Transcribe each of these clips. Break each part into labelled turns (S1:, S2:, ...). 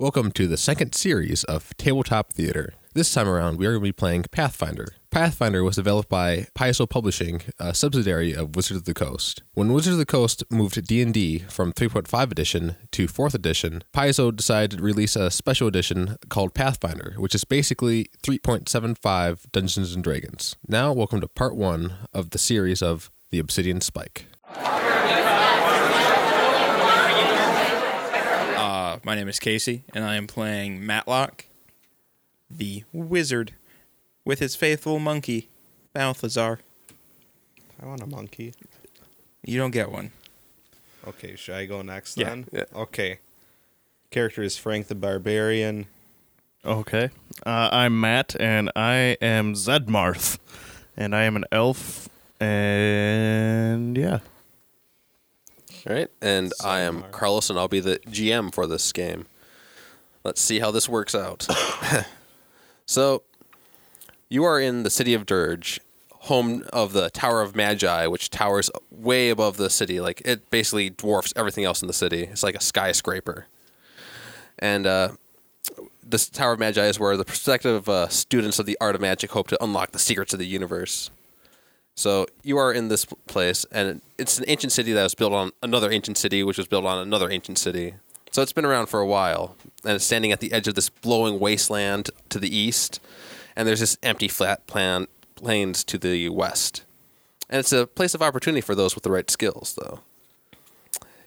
S1: Welcome to the second series of Tabletop Theater. This time around, we are going to be playing Pathfinder. Pathfinder was developed by Paizo Publishing, a subsidiary of Wizards of the Coast. When Wizards of the Coast moved D&D from 3.5 edition to 4th edition, Paizo decided to release a special edition called Pathfinder, which is basically 3.75 Dungeons and Dragons. Now, welcome to part 1 of the series of The Obsidian Spike.
S2: Uh, my name is Casey, and I am playing Matlock, the wizard, with his faithful monkey, Balthazar.
S3: I want a monkey.
S2: You don't get one.
S3: Okay, should I go next
S2: Yeah,
S3: then?
S4: yeah.
S3: Okay. Character is Frank the Barbarian.
S4: Okay. Uh, I'm Matt, and I am Zedmarth, and I am an elf, and yeah.
S5: All right, and I am Carlos, and I'll be the GM for this game. Let's see how this works out. so, you are in the city of Dirge, home of the Tower of Magi, which towers way above the city. Like, it basically dwarfs everything else in the city. It's like a skyscraper. And uh, this Tower of Magi is where the prospective uh, students of the Art of Magic hope to unlock the secrets of the universe. So you are in this place, and it's an ancient city that was built on another ancient city, which was built on another ancient city. So it's been around for a while, and it's standing at the edge of this blowing wasteland to the east, and there's this empty flat plan- plains to the west. And it's a place of opportunity for those with the right skills, though.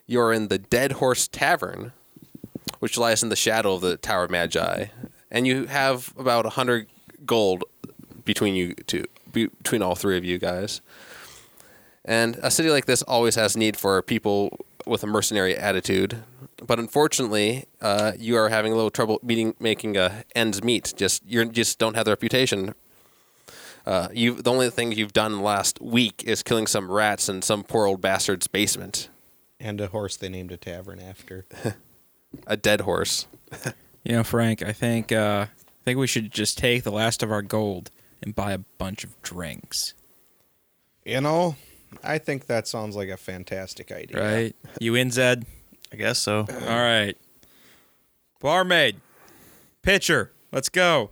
S5: You're in the Dead Horse Tavern, which lies in the shadow of the Tower of Magi, and you have about a hundred gold between you two, be- between all three of you guys. And a city like this always has need for people with a mercenary attitude, but unfortunately, uh, you are having a little trouble meeting, making uh, ends meet. Just you just don't have the reputation. Uh, you the only thing you've done in the last week is killing some rats in some poor old bastard's basement.
S3: And a horse they named a tavern after.
S5: A dead horse.
S2: You know, Frank, I think uh, I think we should just take the last of our gold and buy a bunch of drinks,
S3: you know, I think that sounds like a fantastic idea.
S2: right? You in, Zed?
S4: I guess so.
S2: All right. Barmaid, pitcher, let's go.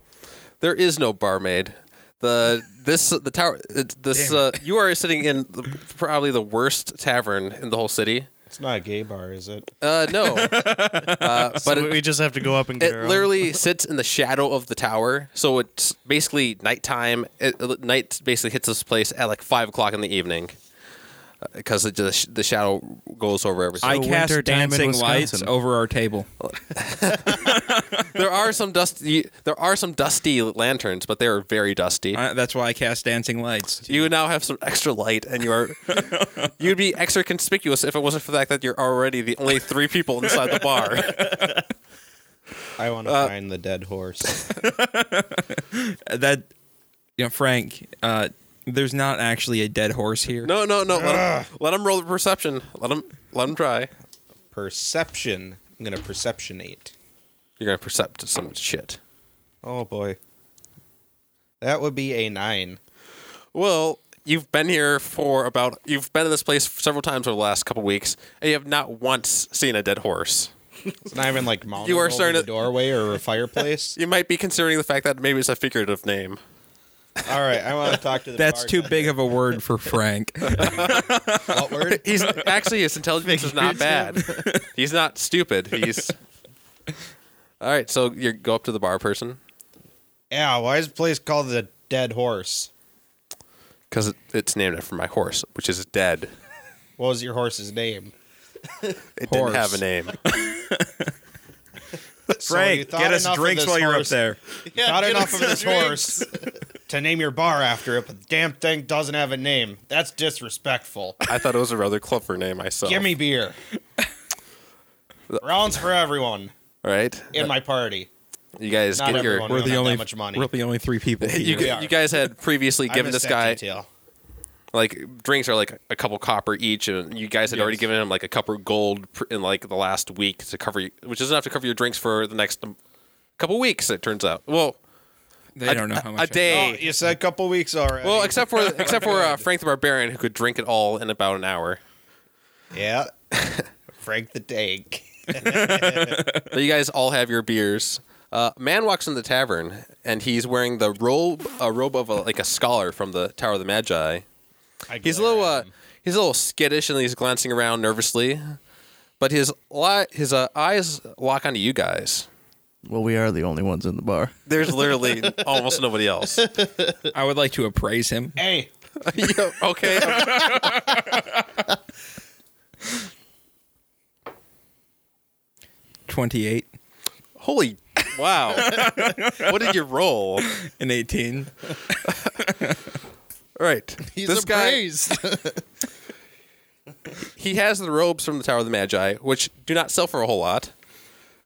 S5: There is no barmaid. The this the tower it- this
S2: Damn
S5: uh, you are sitting in the, probably the worst tavern in the whole city.
S3: It's not a gay bar, is it?
S5: Uh, no, uh, but
S4: But
S5: it,
S4: we just have to go up and get
S5: it
S4: our own.
S5: literally sits in the shadow of the tower, so it's basically nighttime. It, it- night basically hits this place at like five o'clock in the evening because it just the shadow goes over everything.
S2: I
S4: winter
S2: cast
S4: time in
S2: dancing lights
S4: Wisconsin.
S2: over our table.
S5: there are some dusty there are some dusty lanterns, but they are very dusty.
S2: I, that's why I cast dancing lights.
S5: You now have some extra light, and you are you'd be extra conspicuous if it wasn't for the fact that you're already the only three people inside the bar.
S3: I want to
S5: uh,
S3: find the dead horse.
S2: that you know frank uh there's not actually a dead horse here
S5: No, no, no. Let him, let him roll the perception. Let him let him try.
S3: Perception. I'm going to perceptionate.
S5: You're gonna percept some shit.
S3: Oh, boy. That would be a nine.
S5: Well, you've been here for about you've been in this place several times over the last couple weeks, and you have not once seen a dead horse.
S3: It's not even like mounted
S5: You are
S3: over
S5: starting
S3: the
S5: to-
S3: doorway or a fireplace.
S5: You might be considering the fact that maybe it's a figurative name.
S3: All right, I want to talk to the
S2: that's too
S3: bartender.
S2: big of a word for frank
S3: What word?
S5: He's actually his intelligence is not bad. He's not stupid. He's all right. So you go up to the bar person
S3: Yeah, why is the place called the Dead Horse?
S5: because it, it's named after my horse, which is dead.
S3: What was your horse's name?
S5: It
S2: Horse.
S5: didn't have a name.
S3: So you thought enough of this horse- You thought enough of this horse to name your bar after it, but the damn thing doesn't have a name. That's disrespectful.
S5: I thought it was a rather clever name myself.
S3: Give me beer. Rounds for everyone
S5: all right.
S3: in my party.
S5: You guys
S3: Not
S5: get your.
S3: everyone.
S2: we're
S3: don't
S2: the
S3: have
S2: only
S3: that much money.
S2: we're the only three people
S5: You,
S2: here.
S3: We are.
S5: you guys had previously
S3: I
S5: given this
S3: missed that
S5: guy
S3: detail.
S5: like drinks are like a couple copper each, and you guys had already given him like a cup of gold pr- in like the last week to cover, y- which is enough to cover your drinks for the next um, couple weeks. It turns out. Well,
S2: they don't know how much
S5: a
S2: I-
S3: Oh,
S5: day.
S3: you said a couple weeks already.
S5: Well, except for except for uh, Frank the Barbarian, who could drink it all in about an hour.
S3: yeah. Frank the Tank.
S5: But you guys all have your beers. Uh, man walks in the tavern and he's wearing the robe, a robe of a, like a scholar from the Tower of the Magi.
S3: I
S5: He's a
S3: glare
S5: little, uh,
S3: at him.
S5: he's a little skittish and he's glancing around nervously, but his li- his uh, eyes lock onto you guys.
S4: Well, we are the only ones in the bar.
S5: There's literally almost nobody else.
S2: I would like to appraise him.
S3: hey,
S5: Yeah, okay.
S2: Twenty-eight
S5: Holy wow. what did you roll?
S2: and eighteen.
S5: All right.
S6: He's
S5: this guy
S6: appraised.
S5: he has the robes from the Tower of the Magi, which do not sell for a whole lot.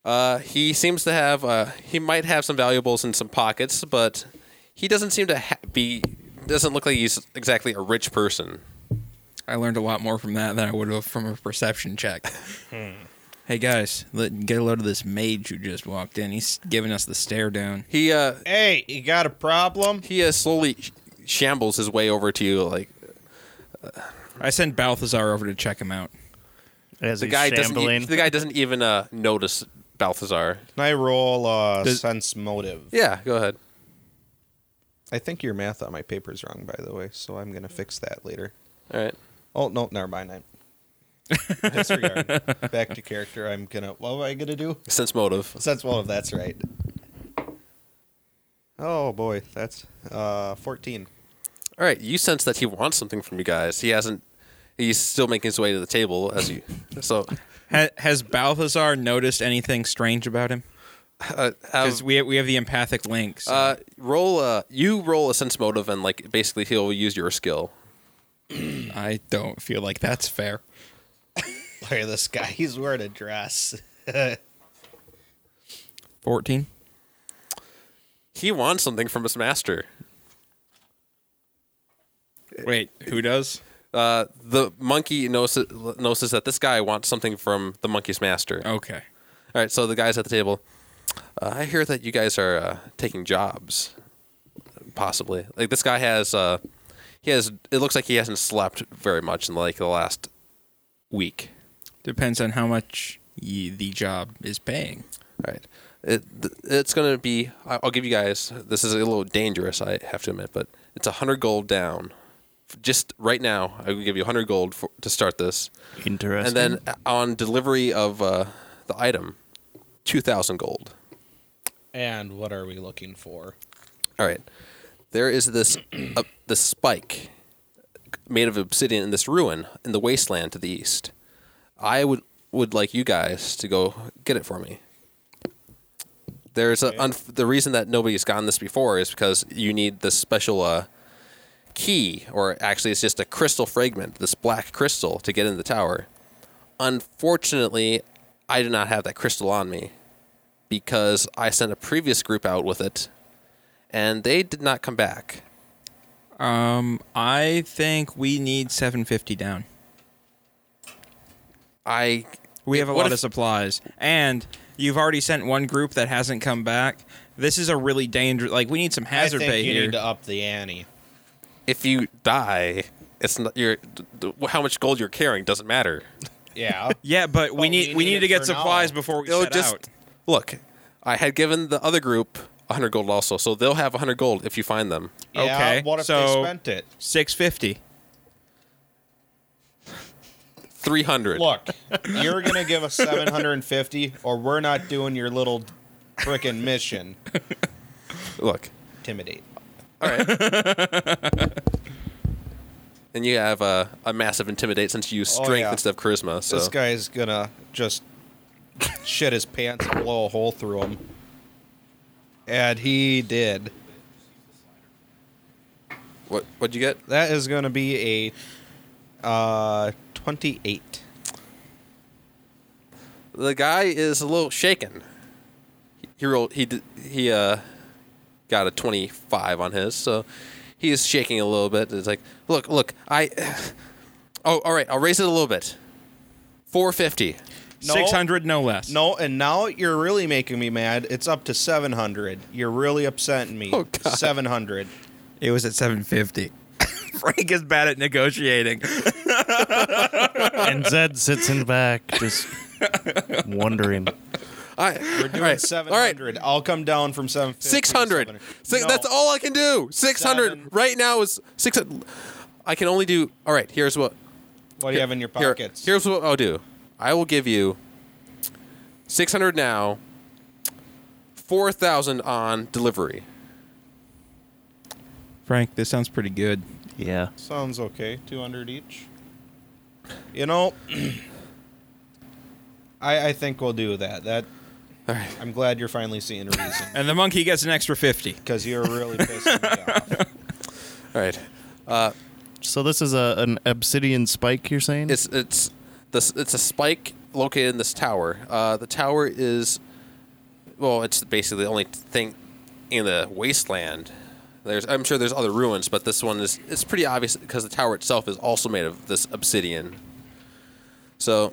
S5: Uh, he seems to have uh, he might have some valuables in some pockets, but he doesn't seem to ha- be doesn't look like he's exactly a rich person.
S2: I learned a lot more from that than I would have from a perception check. hey guys, let, get a load of this mage who just walked in. He's giving us the stare down.
S5: He uh,
S3: hey, you got a problem?
S5: he uh, slowly sh- shambles his way over to you like
S2: I send Balthazar over to check him out.
S4: As
S5: the
S4: he's
S5: guy doesn't e-
S4: shambling.
S5: the guy doesn't even uh, notice Balthazar.
S3: Can I roll uh, sense motive?
S5: Yeah, go ahead.
S3: I think your math on my paper's wrong, by the way, so I'm gonna fix that later.
S5: All right.
S3: Oh no, never mind. I'm disregard. Back to character. I'm gonna. What am I gonna do?
S5: Sense motive.
S3: Sense motive. That's right. Oh boy, that's uh 14.
S5: All right, you sense that he wants something from you guys. He hasn't. He's still making his way to the table as you. So,
S2: Ha- has Balthazar noticed anything strange about him?
S3: Uh, um,
S5: how,
S2: Because we have, we have the empathic links.
S5: uh, roll a you roll a sense motive and like basically he'll use your skill.
S2: I don't feel like that's fair.
S3: Look at this guy. He's wearing a dress.
S2: Fourteen.
S5: He wants something from his master.
S2: Wait, who does?
S5: Uh, the monkey notices, notices that this guy wants something from the monkey's master.
S2: Okay.
S5: All right, so the guys at the table. Uh, I hear that you guys are uh, taking jobs, possibly. Like this guy has, uh, he has. It looks like he hasn't slept very much in like the last week.
S2: Depends on how much ye, the job is paying.
S5: All right, it, th- it's gonna be. I- I'll give you guys. This is a little dangerous, I have to admit, but it's a hundred gold down. F- Just right now, I will give you a hundred gold for, to start this, and
S4: Interesting.
S5: then on delivery of uh, the item, two thousand gold.
S3: And what are we looking for?
S5: All right. There is this uh, this spike made of obsidian in this ruin in the wasteland to the east. I would would like you guys to go get it for me. There's a unf the reason that nobody's gotten this before is because you need this special uh, key, or actually, it's just a crystal fragment, this black crystal, to get in the tower. Unfortunately, I do not have that crystal on me because I sent a previous group out with it and they did not come back.
S2: Um, I think we need seven fifty down.
S5: I
S2: We have a
S5: What
S2: lot
S5: if-
S2: of supplies, and you've already sent one group that hasn't come back. This is a really dangerous. Like we need some hazard
S3: I think
S2: pay
S3: you
S2: here.
S3: need to up the ante.
S5: if you die, it's not your d- d- how much gold you're carrying doesn't matter.
S3: Yeah.
S2: yeah, but we
S3: Well,
S2: need we,
S3: we Oh, need
S2: need
S3: it
S2: to get
S3: for
S2: supplies
S3: now.
S2: before we
S5: They'll
S2: set
S5: just
S2: out.
S5: look. I had given the other group 100 gold also, so they'll have 100 gold if you find them.
S3: yeah.
S2: Okay,
S3: What if
S2: so-
S3: they spent it?
S2: Six fifty.
S5: 300.
S3: Look, you're gonna give us 750, or we're not doing your little frickin' mission.
S5: Look.
S3: Intimidate.
S5: All right. and you have a, a massive intimidate since you use
S3: Oh,
S5: strength
S3: yeah.
S5: instead of charisma. So
S3: This guy's gonna just shit his pants and blow a hole through him. And he did.
S5: what what'd you get?
S3: That is gonna be a uh, 28.
S5: The guy is a little shaken. He rolled. He did, he uh, got a twenty-five on his, so he is shaking a little bit. It's like, look, look, I. Oh, all right. I'll raise it a little bit. Four fifty.
S3: No.
S2: Six hundred, no less.
S3: No, and now you're really making me mad. It's up to 700. You're really upsetting me.
S5: Oh, God.
S3: 700.
S2: it was at seven fifty. Frank is bad at negotiating.
S4: and Zed sits in back, just wondering.
S5: All right. We're
S3: Doing 700. I'll come down from 750. to
S5: 600.
S3: 700.
S5: Six,
S3: No,
S5: That's all I can do. 600
S3: Seven.
S5: right now is 600. I can only do. All right, here's what
S3: What do you have in your
S5: here,
S3: pockets?
S5: here's what I'll do. I will give you 600 now, 4,000 on delivery.
S2: Frank, this sounds pretty good.
S4: Yeah.
S3: Sounds okay. 200 each. You know, I, I think we'll do that. That
S5: All right.
S3: I'm glad you're finally seeing a reason
S2: And the monkey gets an extra 50.
S3: because you're really pissing me off.
S5: All right.
S4: So this is a an obsidian spike. You're saying?
S5: It's it's this it's a spike located in this tower. Uh, the tower is well, it's basically the only thing in the wasteland. There's I'm sure there's other ruins, but this one is it's pretty obvious because the tower itself is also made of this obsidian. So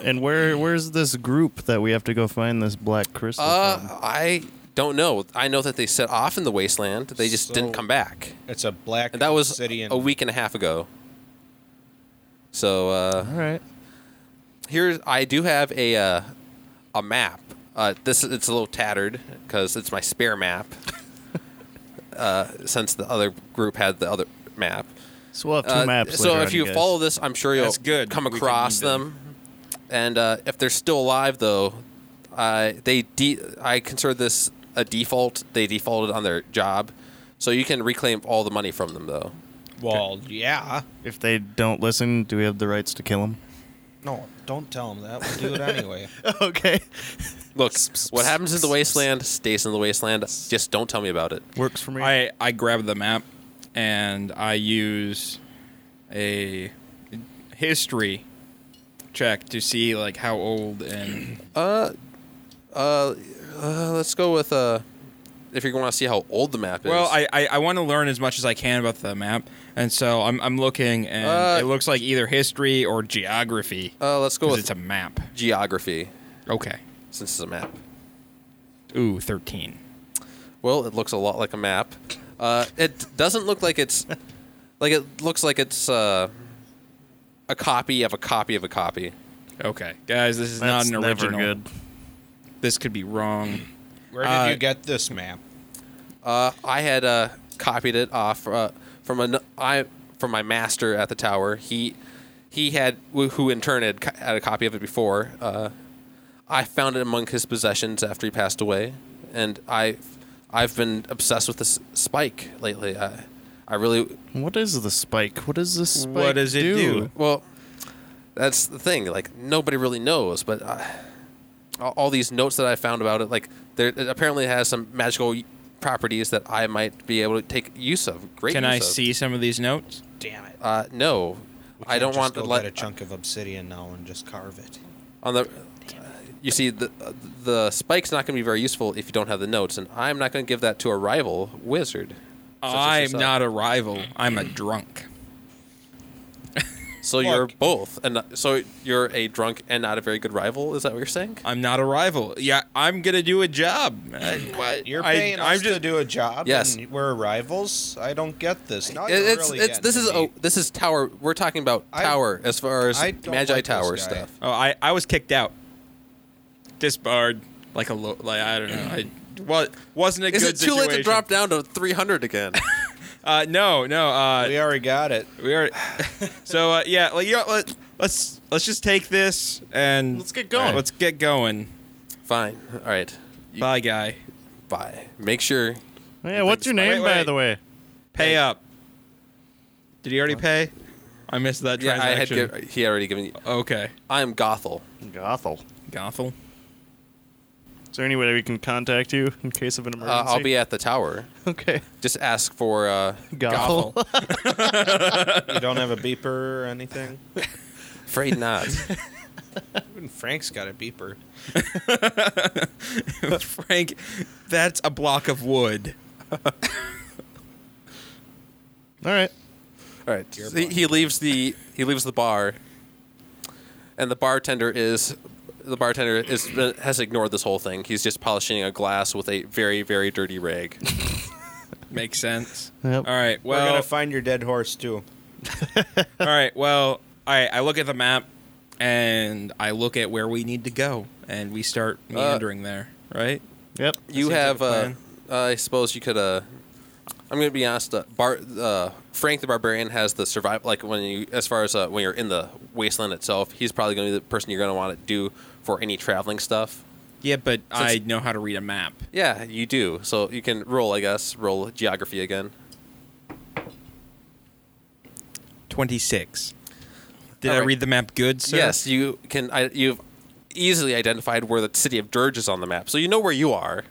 S4: and where where's this group that we have to go find this black crystal?
S5: uh,
S4: from?
S5: I don't know. I know that they set off in the wasteland. They just didn't
S3: So-
S5: come back,
S3: It's a black
S5: and that was
S3: obsidian.
S5: a week and a half ago. So uh,
S4: All right.
S5: here's I do have a uh, a map. Uh, this it's a little tattered because it's my spare map. uh, since the other group had the other map.
S4: So we'll have two
S5: Uh,
S4: maps.
S5: so
S4: later
S5: if
S4: on,
S5: you
S4: guys.
S5: follow this, I'm sure you'll
S2: That's good.
S5: come
S2: We can
S5: across
S2: use them.
S5: them. And uh, if they're still alive, though, uh, they de- I consider this a default. They defaulted on their job, so you can reclaim all the money from them, though.
S3: Well, yeah.
S4: if they don't listen, do we have the rights to kill them?
S3: No, don't tell him that. We'll do it anyway.
S4: okay.
S5: Look, what happens in the wasteland stays in the wasteland. Just don't tell me about it.
S4: Works for me.
S2: I, I grab the map and I use a history check to see like how old and
S5: Uh, uh, uh, let's go with uh, if you're going to see how old the map is.
S2: well I I, I want to learn as much as I can about the map and so I'm I'm looking and
S5: Uh,
S2: it looks like either history or geography
S5: uh, let's go
S2: 'cause
S5: with
S2: it's a map.
S5: geography
S2: Okay.
S5: since it's a map.
S2: Ooh, 13.
S5: Well, it looks a lot like a map. Uh, it doesn't look like it's like it looks like it's uh, a copy of a copy of a copy.
S2: Okay. Guys, this is
S4: That's
S2: not an
S4: never
S2: original.
S4: good.
S2: This could be wrong.
S3: Where did
S2: Uh,
S3: you get this map?
S5: Uh, I had uh, copied it off uh, from an I from my master at the tower. He he had who in turn had, co- had a copy of it before. Uh, I found it among his possessions after he passed away, and I I've been obsessed with this spike lately. I I really
S4: What is the spike? What does this spike
S2: What does it do?
S5: Well, that's the thing. Like nobody really knows, but uh, all- all these notes that I found about it, like there it apparently has some magical y- properties that I might be able to take use of. Great.
S2: Can
S5: use
S2: I
S5: of.
S2: see some of these notes?
S3: Damn it.
S5: Uh, no,
S3: We
S5: I
S3: can't
S5: don't
S3: just
S5: want
S3: go
S5: to
S3: get a
S5: let
S3: chunk of obsidian now and just carve it.
S5: on the. uh, You see, the uh, the spike's not going to be very useful if you don't have the notes, and I'm not going to give that to a rival wizard. such as
S2: I'm
S5: yourself.
S2: not a rival. I'm a drunk.
S5: So you're
S3: Fuck.
S5: both, and not- so you're a drunk and not a very good rival. Is that what you're saying?
S2: I'm not a rival. Yeah, I'm gonna do a job. I, what?
S3: You're
S2: I-
S3: paying
S2: I'm
S3: us to do a job.
S5: Yes.
S3: and we're rivals. I don't get this. Now
S5: It-
S3: you're
S5: it's
S3: really
S5: it's this
S3: getting
S5: is
S3: to me.
S5: oh this is tower. We're talking about
S3: I-
S5: tower as far as
S3: I don't
S5: Magi
S3: like this
S5: Tower
S3: guy.
S5: stuff.
S2: Oh, I, I was kicked out, disbarred. Like a lo- like I don't know. I was wasn't a
S5: Is
S2: good
S5: it too late to
S2: situation.
S5: drop down to 300 again?
S2: Uh, no, no. Uh,
S3: We already got it.
S2: we are. so uh, yeah, like you know, let, let's let's just take this and
S4: Let's get going.
S2: Let's get going.
S5: Fine. All right. You-
S2: Bye, guy.
S5: Bye. Make sure.
S4: Yeah. What's your
S2: Wait,
S4: name, by
S2: wait.
S4: the way?
S2: Pay up. Did he already pay? I missed that
S5: Yeah, I had
S2: transaction.
S5: giv he already given. You,
S2: okay.
S5: I am Gothel.
S4: Gothel.
S2: Gothel.
S4: Is there any way we can contact you in case of an emergency?
S5: Uh, I'll be at the tower.
S4: okay.
S5: Just ask for. Uh,
S4: Gothel.
S3: You don't have a beeper or anything.
S5: afraid not.
S3: Even Frank's got a beeper.
S2: Frank, that's a block of wood.
S4: All right.
S5: All right. So he, he leaves the he leaves the bar, and the bartender is the bartender is has ignored this whole thing. He's just polishing a glass with a very very dirty rag.
S2: Makes sense.
S4: Yep.
S2: All right.
S3: We're
S2: Well,
S3: gonna find your dead horse too.
S2: all right. Well, I I look at the map and I look at where we need to go and we start meandering there, right?
S4: Yep.
S5: You
S2: seems like
S5: have,
S2: a
S5: uh,
S2: plan.
S5: uh, I suppose you could. Uh, I'm going to be honest. Uh, Bar- uh, Frank the Barbarian has the survive. Like when you, as far as uh, when you're in the wasteland itself, he's probably going to be the person you're going to want to do for any traveling stuff.
S2: Yeah, but I know how to read a map.
S5: Yeah, you do. So you can roll, I guess. Roll geography again.
S2: 26. Did
S5: All
S2: I
S5: right.
S2: read the map good, sir?
S5: Yes, you can. I, you've easily identified where the city of Dirge is on the map, so you know where you are.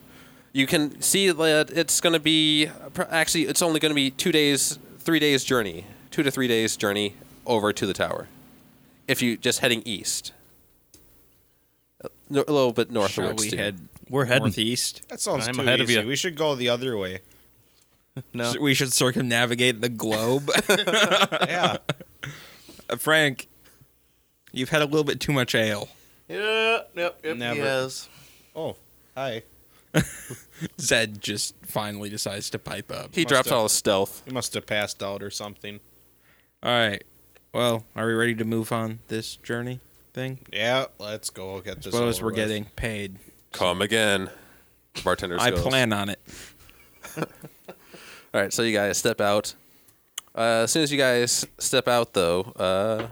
S5: You can see that it's going to be pr- actually it's only going to be two days, three days journey, two to three days journey over to the tower, if you just heading east. Uh, no- A little bit
S2: Shall
S5: northwards.
S2: we
S5: too.
S2: head
S4: We're heading.
S2: northeast?
S3: That sounds
S4: I'm
S3: too
S4: ahead of
S3: easy.
S4: you.
S3: We should go the other way.
S4: No.
S2: So We should circumnavigate the globe.
S3: Yeah.
S2: Uh, Frank, you've had a little bit too much ale.
S4: Yeah. Yep. Yep.
S3: Never.
S4: Yes.
S3: oh, hi.
S2: Zed just finally decides to pipe up.
S5: He drops
S3: have.
S5: all his stealth.
S3: You must have passed out or something.
S2: All right. Well, are we ready to move on this journey thing?
S3: Yeah, let's go get this.
S2: Suppose
S3: over
S2: we're
S3: with.
S2: getting paid.
S5: Come again, bartender.
S2: I
S5: skills.
S2: plan on it.
S5: All right, so you guys step out. Uh, as soon as you guys step out, though, uh,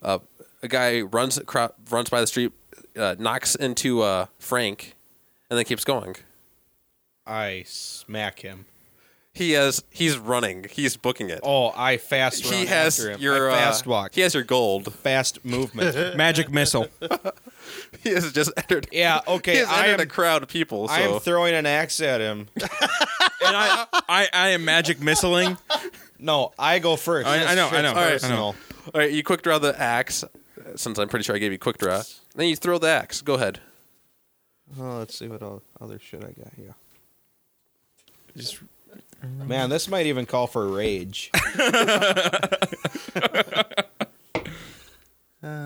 S5: uh, a guy runs acro- runs by the street, uh, knocks into uh, Frank, and then keeps going.
S3: I smack him.
S5: He has he's running. He's booking it.
S3: Oh, I fast.
S5: he
S3: run
S5: has
S3: after him.
S5: your
S3: I
S5: uh,
S3: fast walk.
S5: He has your gold.
S3: fast movement.
S2: Magic missile.
S5: He has just entered.
S3: yeah.
S5: he
S3: Okay.
S5: has
S3: I
S5: entered
S3: am.
S5: a crowd of people. So
S3: I am throwing an axe at him.
S2: and I, I, I am magic missiling.
S3: No, I go first.
S2: I- I know, I know,
S3: It's
S2: I know.
S3: personal.
S5: all right, you quick draw the axe, uh, since I'm pretty sure I gave you quick draw. Then you throw the axe. Go ahead.
S6: Oh, let's see what all other shit I got here.
S2: Just
S3: Man, this might even call for rage.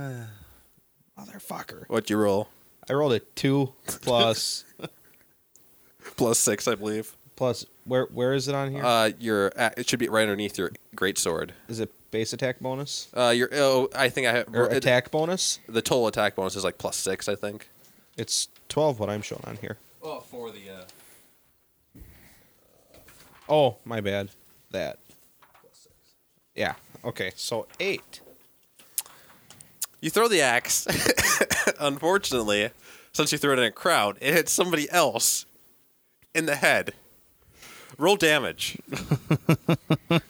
S3: Ah, Motherfucker.
S5: What you roll?
S3: I rolled a two plus
S5: Plus six, I believe.
S3: plus. Where where is it on here? Is
S5: Uh, your a- it should be right underneath your great sword.
S3: it base attack bonus
S5: Uh, your oh, I think I have
S3: or
S5: it-
S3: attack bonus?
S5: The total attack bonus is like plus six, I think.
S3: It's twelve. What I'm showing on here.
S5: Oh, for the uh,
S3: Oh, my bad. That. Yeah. Okay. So eight.
S5: you throw the axe. Unfortunately, since you threw it in a crowd, it hit somebody else in the head. Roll damage.
S3: There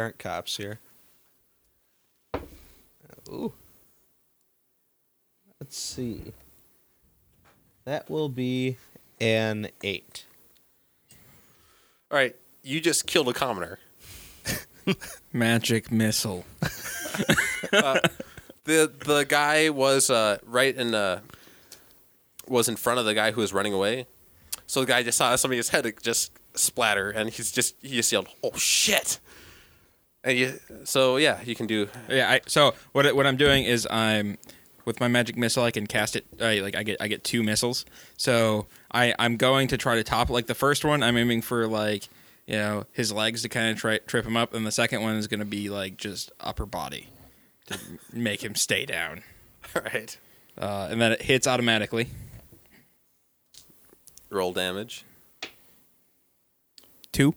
S3: aren't cops here.
S6: Ooh. Let's see. That will be
S3: An eight.
S5: All right, you just killed a commoner.
S2: magic missile.
S5: the the guy was uh, right in the was in front of the guy who was running away. So the guy just saw somebody's head just splatter, and he's just he just yelled, "Oh shit!" And you, so yeah, you can do.
S2: Yeah. I, so what I- what I'm doing is I'm with my magic missile. I can cast it. I, like I get I get two missiles. So I I'm going to try to top like the first one. I'm aiming for like you know his legs to kind of try trip him up, and the second one is going to be like just upper body to make him stay down.
S5: All right,
S2: Uh, and then it hits automatically.
S5: roll damage.
S2: Two.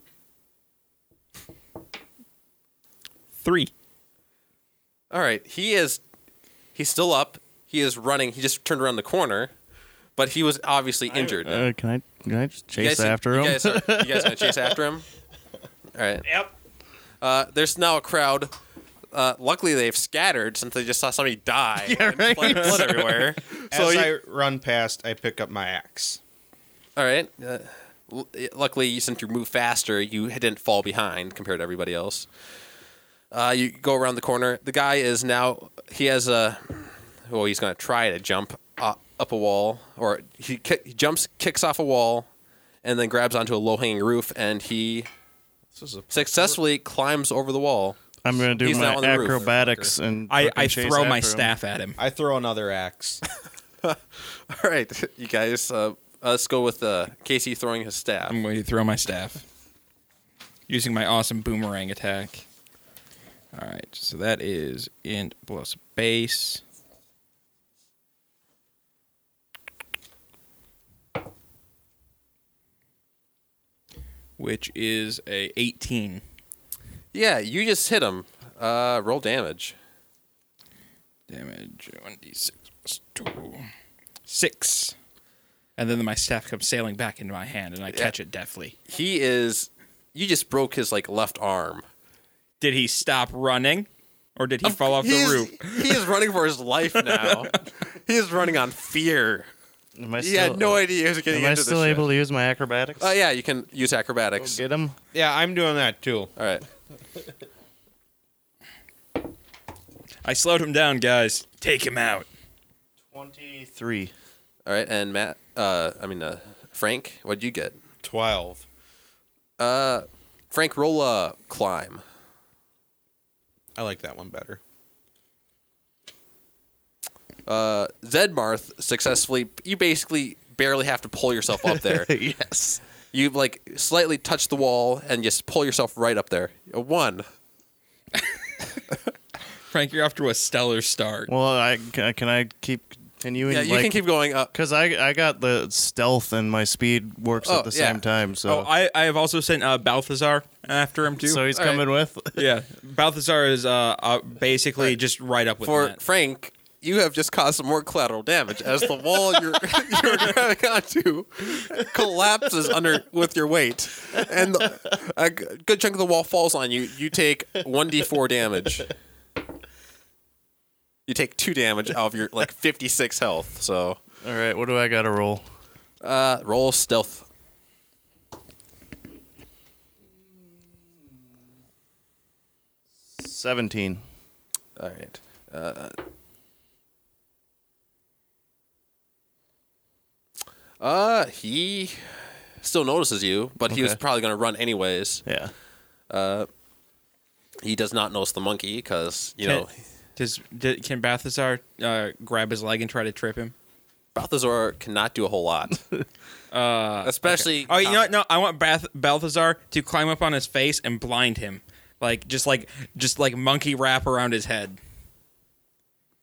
S2: Three.
S5: All right, he is he's still up. He is running. He just turned around the corner, but he was obviously injured.
S4: Uh, can I? Can I just
S5: You
S4: chase
S5: guys-
S4: after
S5: you
S4: him?
S5: Guys are, you guys gonna chase after him? All right. Yep. Uh, there's now a crowd. Uh, luckily, they've scattered since they just saw somebody die. and
S4: right.
S5: blood- blood everywhere.
S3: As
S5: so, you-
S3: I run past, I pick up my axe.
S5: all right. Uh, l- luckily, since you move faster, you didn't fall behind compared to everybody else. Uh, you go around the corner. The guy is now. He has a. Well, he's gonna try to jump uh, up a wall, or he, ki- he jumps, kicks off a wall, and then grabs onto a low-hanging roof, and he
S3: This is a
S5: successfully climbs over the wall.
S4: I'm gonna do
S5: He's
S4: my
S5: not on the roof.
S4: acrobatics and
S2: I,
S4: fucking
S2: I
S4: chase
S2: throw my
S4: after him.
S2: staff at him.
S3: I throw another axe.
S5: All right, you guys. Uh, let's go with uh, Casey throwing his staff.
S2: I'm going to throw my staff using my awesome boomerang attack. All right, so that is int plus base. Which is a 18.
S5: Yeah, you just hit him. Uh, roll damage.
S2: Damage 1d6 plus 2. 6. And then my staff comes sailing back into my hand and I catch it deftly.
S5: He is. You just broke his like left arm.
S2: Did he stop running? Or did he fall off the
S5: He's-
S2: roof?
S5: He is running for his life now. he is running on fear.
S4: Am I
S5: He had no idea he was getting
S4: Am
S5: into
S4: I still
S5: this
S4: able to use my acrobatics?
S5: Shit. Uh, yeah, you can use acrobatics.
S4: Get him.
S3: Yeah, I'm doing that too.
S5: All right.
S2: I slowed him down, guys. Take him out.
S4: Twenty-three.
S5: All right, and Matt, uh, I mean uh, Frank, what'd you get?
S3: 12.
S5: Frank, roll uh, climb.
S3: I like that one better.
S5: uh, Zedmarth successfully. You basically barely have to pull yourself up there.
S4: yes.
S5: you like slightly touch the wall and just pull yourself right up there. A one.
S2: Frank, you're off to a stellar start.
S4: Well, I can, can I keep continuing?
S5: Yeah, you can keep going up.
S4: Because I I got the stealth and my speed works
S5: Oh,
S4: at the
S5: yeah.
S4: same time,
S2: Oh,
S4: so
S2: I, I have also sent uh, Balthazar after him, too.
S4: so he's
S5: all right.
S4: coming with.
S2: yeah, Balthazar is uh, uh, basically just right up with
S5: For
S2: Matt.
S5: Frank, you have just caused some more collateral damage as the wall you're you're grabbing onto collapses under with your weight, and the, a g- good chunk of the wall falls on you. You take one d four damage. You take two damage out of your like fifty six health. So
S4: All right, what do I got to roll?
S5: uh, roll stealth.
S4: Seventeen.
S5: All right. Uh, uh he still notices you, but he was
S4: Okay.
S5: probably going to run anyways.
S4: Yeah.
S5: He does not notice the monkey because you
S2: Can-
S5: know
S2: Does, did, can Balthazar uh, grab his leg and try to trip him?
S5: Balthazar cannot do a whole lot, uh, especially.
S2: Oh, you know what? No, I want Bath- Balthazar to climb up on his face and blind him, like just like just like monkey wrap around his head.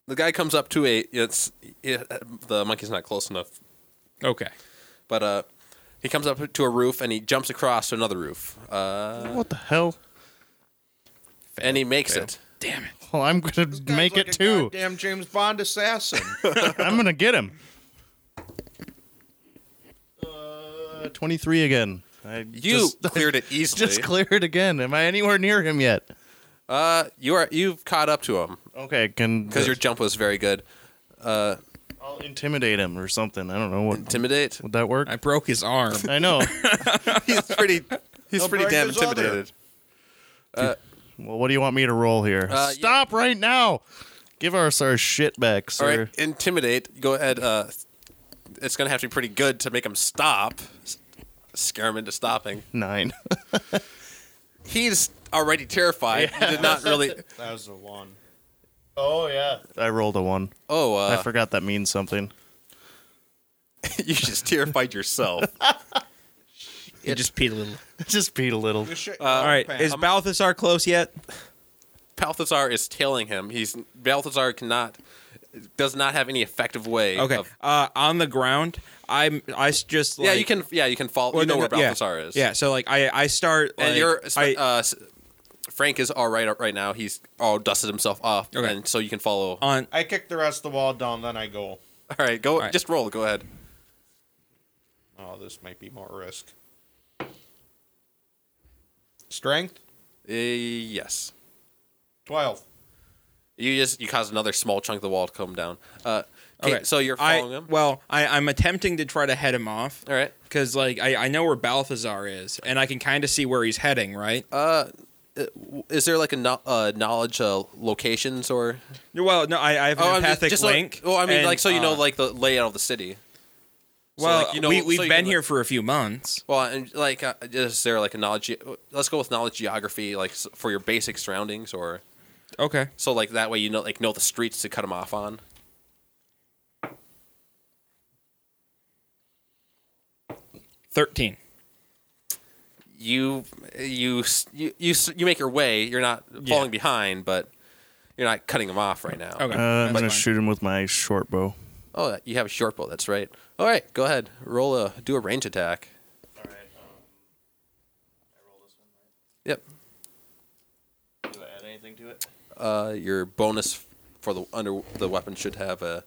S5: The guy comes up to a. It's it, the monkey's not close enough,
S2: Okay.
S5: but uh, he comes up to a roof and he jumps across to another roof, uh,
S4: what the hell?
S5: and he makes it.
S2: Damn it!
S4: Well, I'm gonna make it too.
S3: Damn James Bond assassin.
S4: I'm gonna get him. Uh, Twenty-three again. I
S5: You
S4: just,
S5: cleared it easily.
S4: Just cleared again. Am I anywhere near him yet?
S5: uh, you are you've caught up to him.
S4: Okay, can
S5: because your jump was very good.
S4: I'll intimidate him or something. I don't know what
S5: Intimidate.
S4: would that work.
S2: I broke his arm.
S4: I know.
S5: he's pretty. He's pretty
S3: break
S5: damn
S3: his other.
S5: intimidated.
S4: well, what do you want me to roll here?
S5: Uh, yeah.
S4: Stop right now. Give us our shit back,
S5: All
S4: sir.
S5: right, intimidate. Go ahead. Uh, it's gonna have to be pretty good to make him stop. S- Scare him into stopping.
S4: Nine.
S5: He's already terrified. He did not really.
S3: that was the one.
S6: Oh yeah.
S4: I rolled a one.
S5: Oh,
S4: I
S5: uh,
S4: forgot that means something.
S5: you just terrified yourself.
S2: He just peed a little.
S4: Just beat a little.
S3: Uh,
S2: All right, is Balthazar close yet?
S5: Balthazar is tailing him. He's Balthazar cannot, does not have any effective way.
S2: Okay.
S5: Of,
S2: Uh, on the ground, I'm. I s- just like,
S5: yeah, you can. Yeah, you can follow.
S2: Well,
S5: you know
S2: no,
S5: where
S2: no, yeah.
S5: Balthazar is.
S2: Yeah. So like I I start
S5: and
S2: like,
S5: you're
S2: I-
S5: uh, s- Frank is all right up right now. He's all dusted himself off,
S2: Okay.
S5: and so you can follow. All
S2: on
S3: I kick the rest of the wall down, then I go.
S5: right, go.
S2: right.
S5: Just roll. Go ahead.
S3: Oh, this might be more risk. Strength?
S5: Uh, yes,
S3: 12.
S5: you just you cause another small chunk of the wall to come down. Uh, okay,
S2: okay.
S5: so you're
S2: I-
S5: following him.
S2: Well, I I'm attempting to try to head him off.
S5: all right.
S2: Because like I, I know where Balthazar is, and I can kind of see where he's heading, right?
S5: Uh, Is there like a no, uh, knowledge uh, locations or
S2: well, no, I, I have an
S5: oh, I'm
S2: empathic
S5: just
S2: link.
S5: So, well, I mean,
S2: and,
S5: like so you know
S2: uh,
S5: like the layout of the city. So,
S2: well,
S5: like, you know-
S2: we
S5: so
S2: we've
S5: you
S2: been
S5: know-
S2: here for a few months.
S5: Well, and like uh, is there like a knowledge? Let's go with knowledge geography, like s- for your basic surroundings, or
S2: Okay.
S5: so like that way you know like know the streets to cut them off on.
S2: Thirteen.
S5: you you s- you you s- you make your way. You're not falling behind, but you're not cutting them off right now.
S2: Okay.
S4: Uh, I'm
S2: that's
S4: gonna
S2: fine.
S4: shoot him with my short bow.
S5: Oh, you have a short bow. That's right. All right, go ahead. Roll a do a range attack.
S4: um,
S5: All right. Um,
S4: Do I add anything to it?
S5: Yep. Uh, your bonus for the under the weapon should have a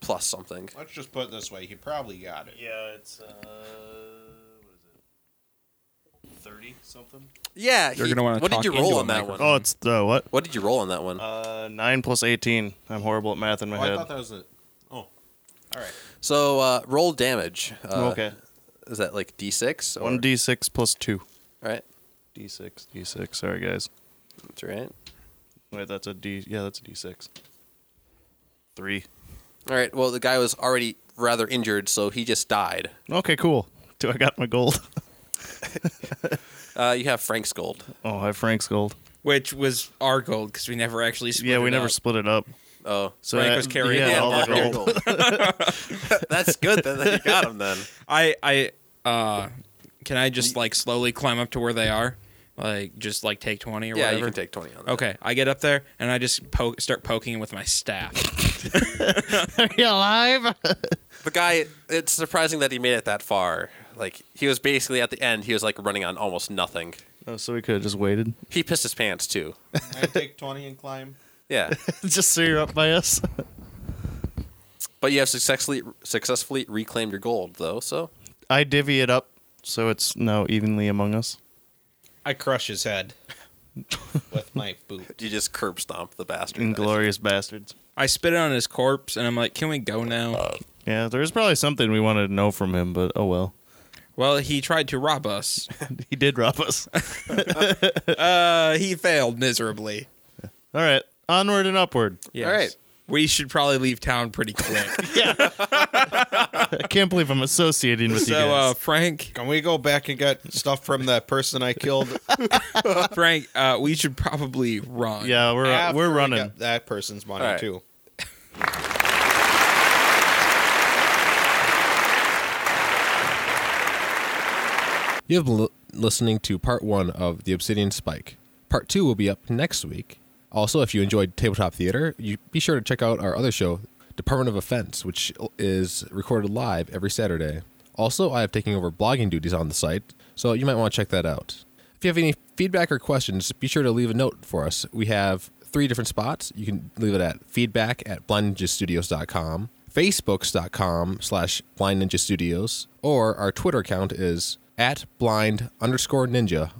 S5: plus something.
S3: Let's just put it this way. He probably got it.
S4: Yeah, it's uh, what is it? Thirty something.
S5: Yeah.
S2: You're
S5: he-
S2: gonna wanna
S5: What did
S2: talk
S5: you
S2: into
S5: roll
S2: a
S5: on that
S2: microphone.
S5: one?
S4: Oh, it's the what?
S5: What did you roll on that one?
S4: Uh, nine plus eighteen. I'm horrible at math in my
S7: Oh, I
S4: head.
S7: thought that was it. Oh,
S5: so uh, roll damage. Uh,
S4: okay.
S5: Is that like d6? Or?
S4: One d six plus two.
S5: All right.
S4: D six. D six. Sorry guys.
S5: That's right.
S4: Wait, that's a d. Yeah, that's a d six. Three.
S5: All right. Well, the guy was already rather injured, so he just died.
S4: Okay, cool. Do I got my gold?
S5: Uh, you have Frank's gold.
S4: oh, I have Frank's gold.
S2: Which was our gold because we never actually. Split
S4: yeah,
S2: it
S4: we never
S2: up.
S4: split it up.
S5: Oh,
S4: So
S2: Frank
S4: that-
S2: was carrying
S4: yeah,
S2: it.
S4: all the gold.
S5: That's good then that you got him then.
S2: I I uh, can I just like slowly climb up to where they are, like just like take twenty or
S5: Yeah,
S2: whatever.
S5: you can take 20 on that.
S2: Okay, I get up there and I just poke, start poking him with my staff.
S4: Are you alive?
S5: The guy, it's surprising that he made it that far. Like, he was basically at the end, he was like running on almost nothing.
S4: oh, so we could have just waited.
S5: He pissed his pants too.
S7: I take twenty and climb.
S5: Yeah.
S4: just so you're up by us.
S5: but you have successfully successfully reclaimed your gold though, so
S4: I divvy it up so it's now evenly among us.
S3: I crush his head with my boot.
S5: you just curb stomp the bastard.
S4: Inglorious bastards.
S2: I spit it on his corpse and I'm like, "Can we go now?"
S4: Yeah, there's probably something we wanted to know from him, but oh well.
S2: well, he tried to rob us.
S4: He did rob us. All
S2: Uh, he failed miserably.
S4: right, onward and upward.
S2: Yes.
S5: All right.
S2: We should probably leave town pretty quick.
S4: I can't believe I'm associating with you
S2: so, uh,
S4: guys.
S2: Frank,
S3: Can we go back and get stuff from that person I killed?
S2: Frank, uh, we should probably run.
S4: yeah, we're
S3: After
S4: we're
S3: we
S4: running.
S3: got that person's money
S5: All right.
S3: too.
S1: You have been li- listening to part one of The Obsidian Spike. Part two will be up next week. Also, if you enjoyed tabletop theater, you be sure to check out our other show, Department of Offense, which is recorded live every Saturday. Also, I have taken over blogging duties on the site, so you might want to check that out. If you have any feedback or questions, be sure to leave a note for us. We have three different spots. You can leave it at feedback at blindninjastudios.com, facebooks.com slash blindninjastudios, or our Twitter account is at blind underscore ninja